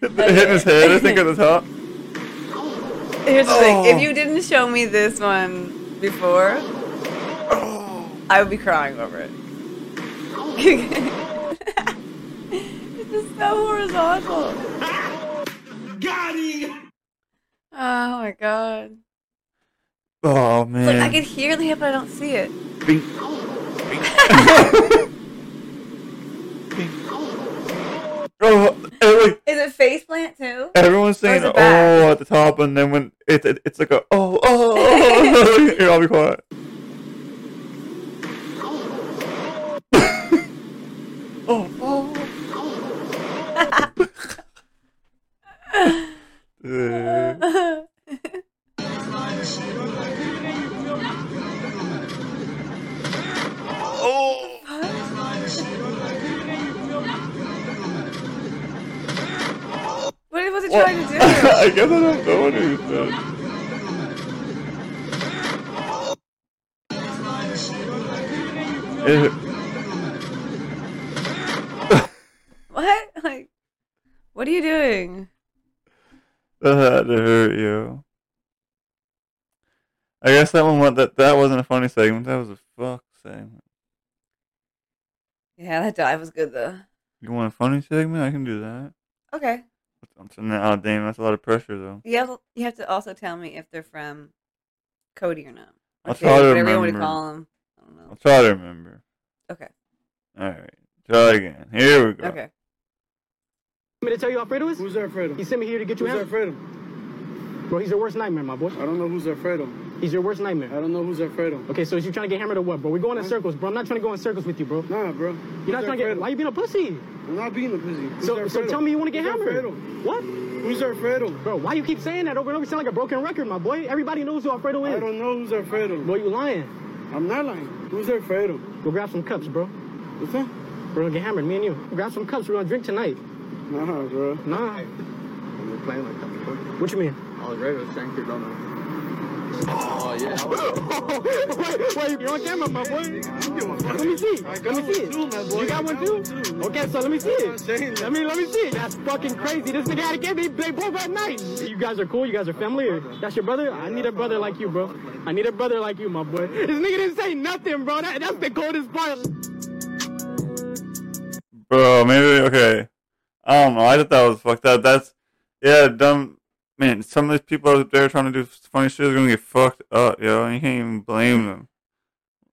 [SPEAKER 3] Hitting his head, I think, at the top.
[SPEAKER 2] Here's the thing:
[SPEAKER 3] Oh.
[SPEAKER 2] if you didn't show me this one before, I would be crying over it. it's just so horizontal.
[SPEAKER 1] Got it!
[SPEAKER 2] Oh my god!
[SPEAKER 3] Oh,
[SPEAKER 2] It's like I
[SPEAKER 3] man.
[SPEAKER 2] can hear the hip, but I don't see it.
[SPEAKER 3] Bing. Oh, and, like,
[SPEAKER 2] Is it face plant too?
[SPEAKER 3] everyone's saying,
[SPEAKER 2] Or
[SPEAKER 3] oh,
[SPEAKER 2] is it back?
[SPEAKER 3] at the top, and then when it, it, it's like a, oh, oh, oh. Here, I'll be quiet. oh, oh. Uh, oh.
[SPEAKER 2] What was it
[SPEAKER 3] Well,
[SPEAKER 2] trying to do?
[SPEAKER 3] I guess I don't know what he said. It-
[SPEAKER 2] what? Like, what are you doing?
[SPEAKER 3] That had to hurt you. I guess that one wa- that that wasn't a funny segment. That was a fuck segment.
[SPEAKER 2] Yeah, that dive was good though.
[SPEAKER 3] You want a funny segment? I can do that.
[SPEAKER 2] Okay.
[SPEAKER 3] I'm saying, oh damn, that's a lot of pressure though.
[SPEAKER 2] You have you have to also tell me if they're from Cody or not. Or
[SPEAKER 3] I'll try to
[SPEAKER 2] whatever you want to
[SPEAKER 3] remember.
[SPEAKER 2] call them. I don't know.
[SPEAKER 3] I'll try to remember.
[SPEAKER 2] Okay.
[SPEAKER 3] All right, try again. Here we go.
[SPEAKER 2] Okay.
[SPEAKER 11] I'm going to tell you who Alfredo is? Who's Alfredo? He sent me here to get you
[SPEAKER 4] Who's
[SPEAKER 11] out. Alfredo? Bro, he's your worst nightmare, my boy. I don't know who's Alfredo. He's your worst nightmare. I don't know who's Alfredo. Okay, so is you trying to get hammered or what, bro? We're going in circles, bro. I'm not trying to go in circles with you, bro. Nah, bro. You're not
[SPEAKER 4] Who's
[SPEAKER 11] trying to get.
[SPEAKER 4] Alfredo?
[SPEAKER 11] Why you being a pussy?
[SPEAKER 4] I'm not being a pussy. Who's
[SPEAKER 11] so, so
[SPEAKER 4] Alfredo?
[SPEAKER 11] tell me you want to get
[SPEAKER 4] Who's
[SPEAKER 11] hammered.
[SPEAKER 4] Alfredo?
[SPEAKER 11] What?
[SPEAKER 4] Who's Alfredo?
[SPEAKER 11] Bro, why you keep saying that over and over? You sound like a broken record, my boy. Everybody knows who Alfredo is.
[SPEAKER 4] I don't know who's Alfredo.
[SPEAKER 11] Bro, you lying.
[SPEAKER 4] I'm not lying. Who's Alfredo?
[SPEAKER 11] Go grab some cups, bro.
[SPEAKER 4] What's that?
[SPEAKER 11] We're gonna get hammered, me and you. Grab some cups. We're gonna drink tonight.
[SPEAKER 4] Nah, bro.
[SPEAKER 11] Nah.
[SPEAKER 4] You're playing like that before.
[SPEAKER 11] What you mean?
[SPEAKER 4] Alfredo, thank you, Donna. Oh,
[SPEAKER 11] wait, wait, you're on camera, my boy. Let me see. Let me see it. You got one too? Okay, so let me see it. Let me let me see it. That's fucking crazy. This nigga had to get me. They both at night. You guys are cool. You guys are family. Or that's your brother. I need a brother like you, bro. I need a brother like you, my boy. This nigga didn't say nothing, bro. That, that's the coldest part.
[SPEAKER 3] Bro, maybe okay. I don't know. I thought that was fucked up. That's yeah, dumb man. Some of these people out there trying to do funny shit are gonna get fucked up, yo. And you can't even blame them.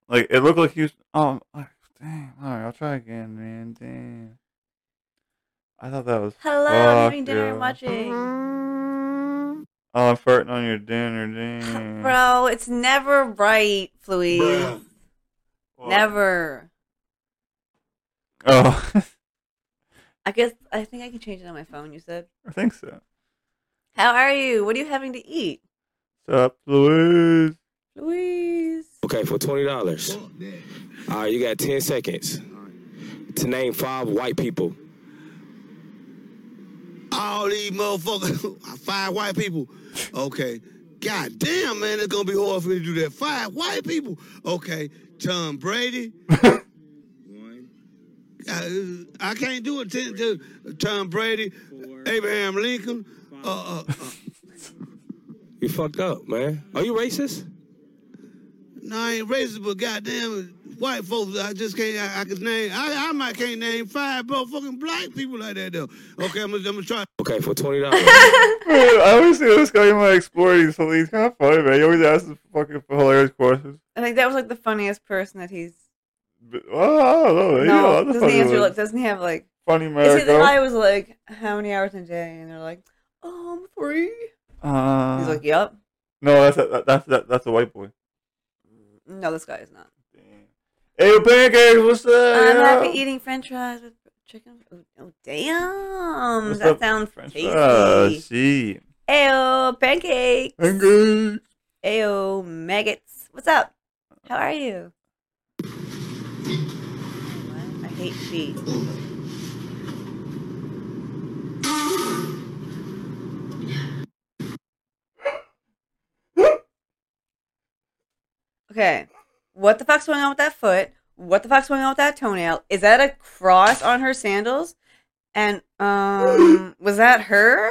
[SPEAKER 3] Like it looked like he was. Oh, like, damn. All right, I'll try again, man. Damn. I thought that was.
[SPEAKER 2] Hello, I'm
[SPEAKER 3] fucked,
[SPEAKER 2] having dinner and
[SPEAKER 3] yo.
[SPEAKER 2] watching.
[SPEAKER 3] Mm-hmm. Oh, I'm farting on your dinner, damn.
[SPEAKER 2] Bro, it's never right, Fluie.
[SPEAKER 5] Bruh.
[SPEAKER 2] Never.
[SPEAKER 3] Oh,
[SPEAKER 2] I guess I think I can change it on my phone. You said,
[SPEAKER 3] I think so.
[SPEAKER 2] "How are you? What are you having to eat?"
[SPEAKER 3] Sup, Louise?
[SPEAKER 2] Louise.
[SPEAKER 12] Okay, for twenty dollars. All right, you got ten seconds to name five white people.
[SPEAKER 5] All these motherfuckers, five white people.
[SPEAKER 13] Okay. God damn, man, it's gonna be hard for me to do that. Five white people. Okay, Tom Brady. I, I can't do it. Ten, to Tom Brady, Abraham Lincoln. Uh, uh, uh,
[SPEAKER 12] You fucked up, man. Are you racist?
[SPEAKER 13] no, I ain't racist, but goddamn, white folks, I just can't. I, I can name. I, I might can't name five motherfucking black people like that though. Okay, I'm gonna, I'm gonna try.
[SPEAKER 12] Okay, for twenty dollars.
[SPEAKER 3] I always see this guy in my exploring, so he's kind of funny, man. He always asks us fucking hilarious questions.
[SPEAKER 2] I think that was like the funniest person that he's.
[SPEAKER 3] But, oh, I don't know. you know,
[SPEAKER 2] No,
[SPEAKER 3] I'm
[SPEAKER 2] doesn't
[SPEAKER 3] funny
[SPEAKER 2] he answer?
[SPEAKER 3] with-
[SPEAKER 2] Like, doesn't he have like?
[SPEAKER 3] Funny
[SPEAKER 2] Is it
[SPEAKER 3] America.
[SPEAKER 2] the guy who was like, "How many hours in a day?" And they're like, "Um, three."
[SPEAKER 3] Uh,
[SPEAKER 2] He's like, "Yep."
[SPEAKER 3] No, that's a, that's that, that's a white boy.
[SPEAKER 2] No, this guy is not.
[SPEAKER 3] Hey, pancakes, what's up?
[SPEAKER 2] I'm
[SPEAKER 3] yo?
[SPEAKER 2] happy eating French fries with chicken. Oh, oh damn!
[SPEAKER 3] What's
[SPEAKER 2] that
[SPEAKER 3] up,
[SPEAKER 2] sounds
[SPEAKER 3] French
[SPEAKER 2] tasty.
[SPEAKER 3] fries? Gee.
[SPEAKER 2] Ayo, pancakes.
[SPEAKER 3] Pancakes.
[SPEAKER 2] Ayo, maggots. What's up? How are you? I hate feet. Okay. What the fuck's going on with that foot? What the fuck's going on with that toenail? Is that a cross on her sandals? And um was that her?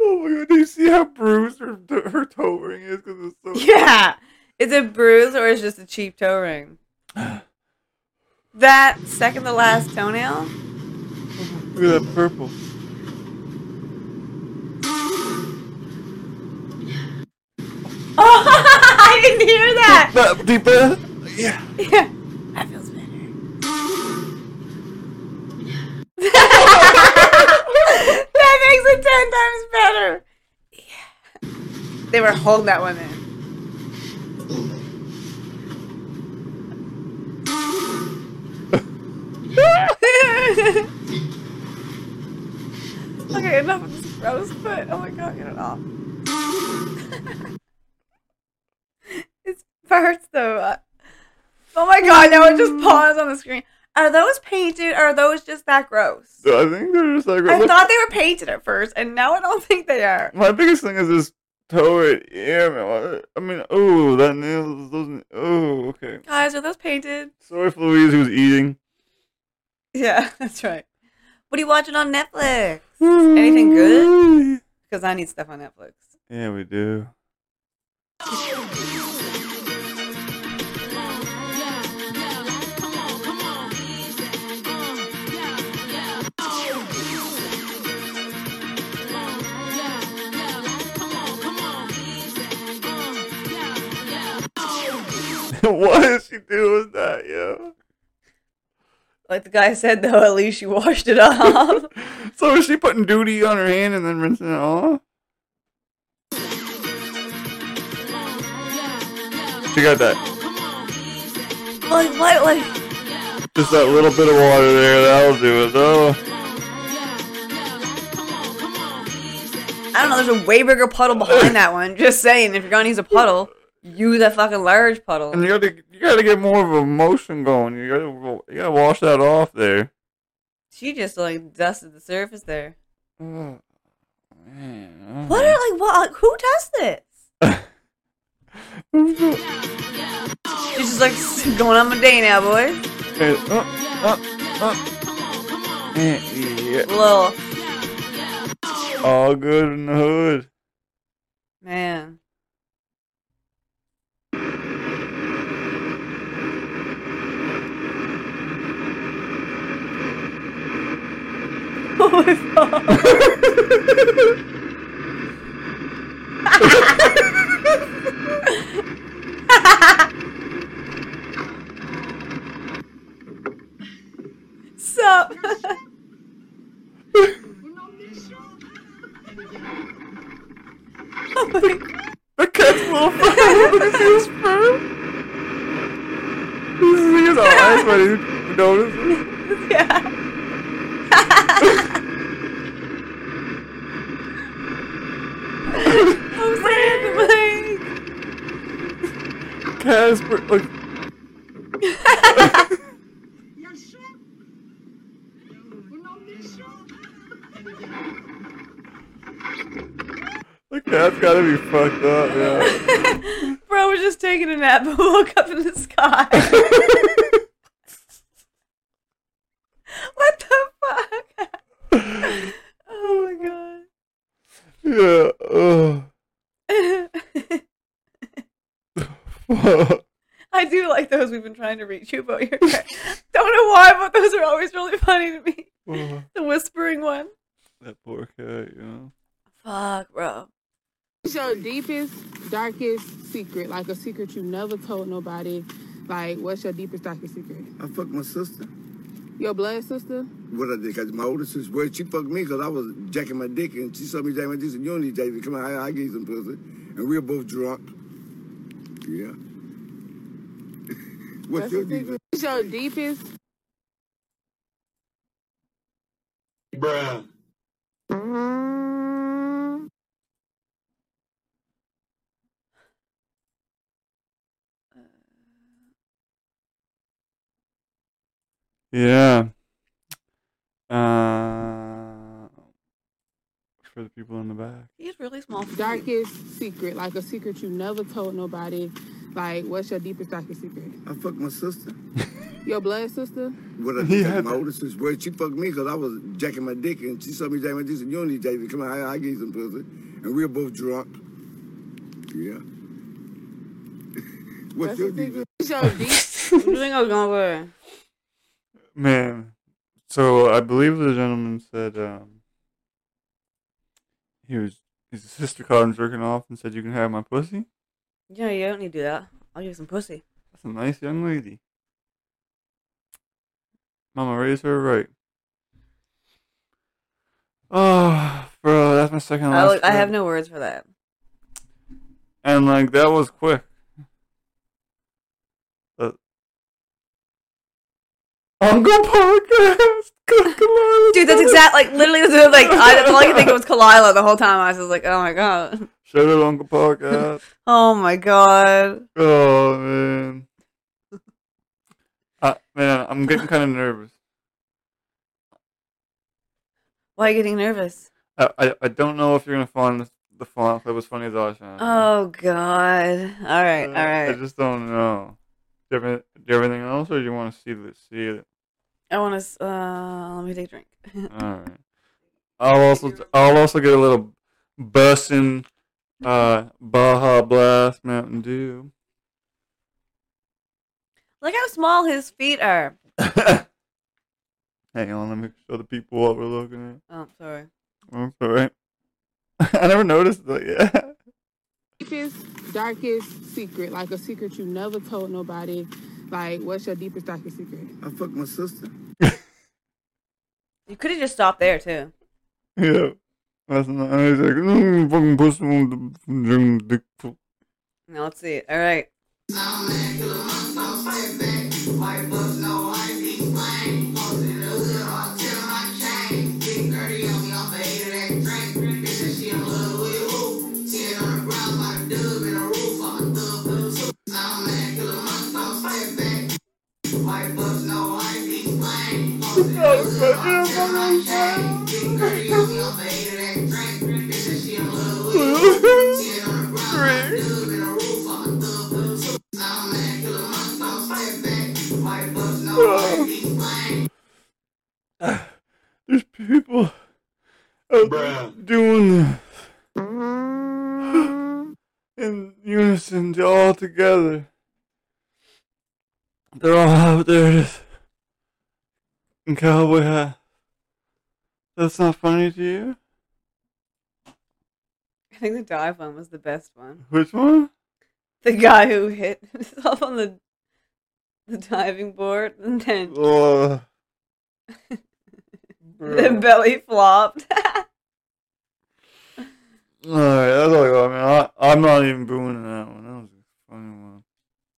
[SPEAKER 3] Oh my god, do you see how bruised her, her toe ring is? Cause it's so
[SPEAKER 2] Yeah. Is it bruised or is it just a cheap toe ring? That second to last toenail?
[SPEAKER 3] Look at that purple.
[SPEAKER 2] Oh, I didn't hear that.
[SPEAKER 3] That deep breath. Yeah.
[SPEAKER 2] Yeah. That feels better. that makes it ten times better. Yeah. They were holding that one in. okay, enough of this gross foot. Oh my god, get it off. it's parts though. Uh, Oh my god, now it just paused on the screen. Are those painted or are those just that gross?
[SPEAKER 3] So I think they're just like.
[SPEAKER 2] I
[SPEAKER 3] look-
[SPEAKER 2] thought they were painted at first, and now I don't think they are.
[SPEAKER 3] My biggest thing is this toe right here, man. I mean, oh, that nail doesn't. Oh, okay.
[SPEAKER 2] Guys, are those painted?
[SPEAKER 3] Sorry for Louise who's eating.
[SPEAKER 2] Yeah, that's right. What are you watching on Netflix? Anything good? Because I need stuff on Netflix.
[SPEAKER 3] Yeah, we do. what is she doing with that, yo?
[SPEAKER 2] Like the guy said, though, at least you washed it off.
[SPEAKER 3] So is she putting duty on her hand and then rinsing it off? She got that,
[SPEAKER 2] like, what? Like,
[SPEAKER 3] just that little bit of water there. That'll do it, though.
[SPEAKER 2] I don't know. There's a way bigger puddle behind that one. Just saying, if you're gonna use a puddle, use a fucking large puddle.
[SPEAKER 3] And you gotta, you gotta get more of a motion going. You gotta, you gotta wash that off there.
[SPEAKER 2] She just like dusted the surface there.
[SPEAKER 3] Ugh, man, I don't
[SPEAKER 2] What
[SPEAKER 3] know.
[SPEAKER 2] are like what? Like, who does this? She's just like "S- going on my day now, boy.
[SPEAKER 3] Hey, uh, uh, uh. Eh, yeah.
[SPEAKER 2] Little
[SPEAKER 3] All good in the hood.
[SPEAKER 2] man. Sup? Oh
[SPEAKER 3] The cat's little fur. Look at his fur. This is his eyes, but he notices.
[SPEAKER 2] I'm saying, like,
[SPEAKER 3] Casper, like, Yeah, that's gotta be fucked up. Yeah.
[SPEAKER 2] Bro was just taking a nap and woke up in the sky. what the fuck? oh my god.
[SPEAKER 3] Yeah. Ugh.
[SPEAKER 2] I do like those. We've been trying to reach you, but you're don't know why, but those are always really funny to me.
[SPEAKER 3] Ugh.
[SPEAKER 2] the whispering one.
[SPEAKER 3] that poor cat. Yeah.
[SPEAKER 2] Fuck, bro.
[SPEAKER 14] What's your deepest, darkest secret? Like a secret you never told nobody. Like, what's your deepest, darkest secret?
[SPEAKER 15] I fucked my sister.
[SPEAKER 14] Your blood sister?
[SPEAKER 15] What I did, cause my older sister, well, she fucked me because I was jacking my dick and she saw me jacking my dick and said, you don't need jacking, come on, I, I give you some pussy. And we were both drunk. Yeah. What's your deepest?
[SPEAKER 14] What's your deepest?
[SPEAKER 8] Bruh.
[SPEAKER 3] Yeah. Uh, for the people in the back.
[SPEAKER 2] He's really small.
[SPEAKER 14] Darkest secret? Like a secret you never told nobody. Like, what's your deepest, darkest secret?
[SPEAKER 15] I fucked my sister.
[SPEAKER 14] Your blood sister?
[SPEAKER 15] What I did, cause my older sister, well, she fucked me because I was jacking my dick and she saw me jacking my dick and said, you don't need jacking, come on, I, I give you some pussy. And we were both drunk. Yeah. What's your deepest?
[SPEAKER 14] What's your deepest?
[SPEAKER 2] you think I was going where?
[SPEAKER 3] Man, so I believe the gentleman said um, he was his sister caught him jerking off and said, "You can have my pussy."
[SPEAKER 2] Yeah, you don't need to do that. I'll give you some pussy.
[SPEAKER 3] That's a nice young lady. Mama raised her right. Oh, bro, that's my second
[SPEAKER 2] I,
[SPEAKER 3] last.
[SPEAKER 2] I have
[SPEAKER 3] clip.
[SPEAKER 2] no words for that.
[SPEAKER 3] And like that was quick. Uh, Uncle Podcast.
[SPEAKER 2] Dude, that's exact. Like literally, this is like I, that's all I could think of was Kalila the whole time. I was just like, oh my god,
[SPEAKER 3] Shout out Uncle Podcast.
[SPEAKER 2] oh my god.
[SPEAKER 3] oh man. Uh, man, I'm getting kind of nervous.
[SPEAKER 2] Why are you getting nervous?
[SPEAKER 3] I, I I don't know if you're gonna find this, the font clip was funny as all shine.
[SPEAKER 2] Oh god. All right, all
[SPEAKER 3] Uh, I
[SPEAKER 2] right.
[SPEAKER 3] just don't know. Do you have, any- do you have anything else, or do you want to see the see it?
[SPEAKER 2] I want to. Uh, let me take a drink.
[SPEAKER 3] All right. I'll also I'll also get a little bussin' uh Baja Blast Mountain Dew.
[SPEAKER 2] Look how small his feet are.
[SPEAKER 3] Hang on, let me show the people what we're looking
[SPEAKER 2] Oh, sorry.
[SPEAKER 3] at. That's all right. I never noticed that. Yeah.
[SPEAKER 14] Deepest, darkest secret? Like a secret you never told nobody. Like, what's your deepest, darkest secret?
[SPEAKER 15] I fucked my sister.
[SPEAKER 2] You could have just stopped there too.
[SPEAKER 3] Yeah. That's not. and He's like, mm, fucking pussy, mm, mm, dick, mm."
[SPEAKER 2] Now let's see. All right.
[SPEAKER 3] There's people out there doing this in unison, they're all together. They're all out there just in cowboy hat. That's not funny to you?
[SPEAKER 2] I think the dive one was the best one.
[SPEAKER 3] Which one?
[SPEAKER 2] The guy who hit himself on the the diving board and then
[SPEAKER 3] Ugh.
[SPEAKER 2] the belly flopped.
[SPEAKER 3] Alright, that's all I got, man. I, I'm not even booing that one. That was a funny one. Do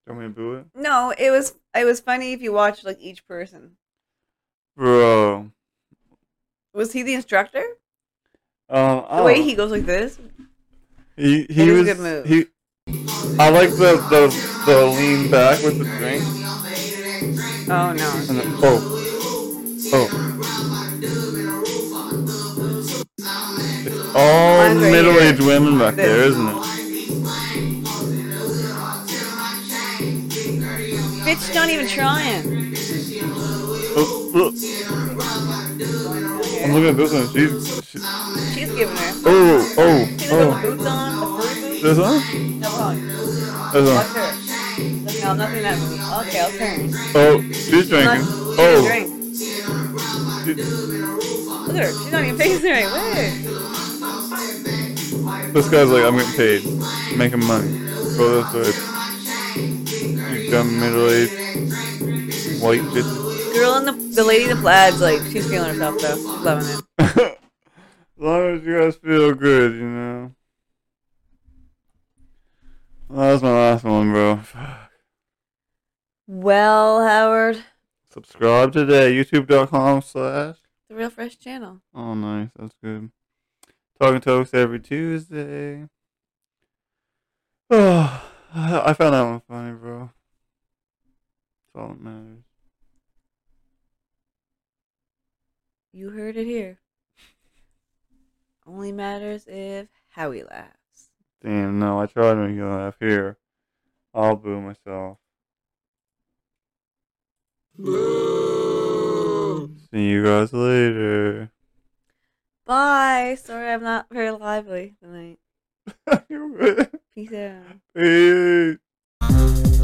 [SPEAKER 3] you want me to boo it?
[SPEAKER 2] no, it was it was funny if you watched like each person.
[SPEAKER 3] Bro.
[SPEAKER 2] Was he the instructor?
[SPEAKER 3] Um, I
[SPEAKER 2] The way
[SPEAKER 3] don't-
[SPEAKER 2] he goes like this.
[SPEAKER 3] He
[SPEAKER 2] It
[SPEAKER 3] he
[SPEAKER 2] is a
[SPEAKER 3] was
[SPEAKER 2] good move.
[SPEAKER 3] he. I like the the the lean back with the drink.
[SPEAKER 2] Oh no.
[SPEAKER 3] And the, oh, oh. It's all
[SPEAKER 2] Mine's right
[SPEAKER 3] middle aged
[SPEAKER 2] here.
[SPEAKER 3] women back
[SPEAKER 2] This.
[SPEAKER 3] there, isn't it?
[SPEAKER 2] Bitch, don't even try him.
[SPEAKER 3] Oh, look. I'm looking at this one. She's. she's
[SPEAKER 2] She's giving her.
[SPEAKER 3] oh, oh,
[SPEAKER 2] She's got
[SPEAKER 3] oh.
[SPEAKER 2] boots on, a furry boot.
[SPEAKER 3] This one?
[SPEAKER 2] No, hold on.
[SPEAKER 3] This
[SPEAKER 2] Watch
[SPEAKER 3] one.
[SPEAKER 2] her. No, nothing that movie. Okay, I'll turn.
[SPEAKER 3] Oh, she's drinking.
[SPEAKER 2] Look, she
[SPEAKER 3] Oh.
[SPEAKER 2] drank. Look at her. She's not even facing right way.
[SPEAKER 3] This guy's like, I'm getting paid, making money. Go this way. You dumb middle aged white bitch.
[SPEAKER 2] Girl in the the lady in the plaid's like she's feeling herself though. She's loving it.
[SPEAKER 3] As long as you guys feel good, you know. Well, that was my last one, bro.
[SPEAKER 2] Well, Howard,
[SPEAKER 3] Subscribe today, youtube.com slash.
[SPEAKER 2] the Real Fresh Channel.
[SPEAKER 3] Oh, nice. That's good. Talking Toast every Tuesday. Oh, I found that one funny, bro. That's all that matters.
[SPEAKER 2] You heard it here. Only matters if Howie laughs.
[SPEAKER 3] Damn, no, I tried to make you laugh here. I'll boo myself. See you guys later.
[SPEAKER 2] Bye. Sorry, I'm not very lively tonight. Peace out.
[SPEAKER 3] Peace.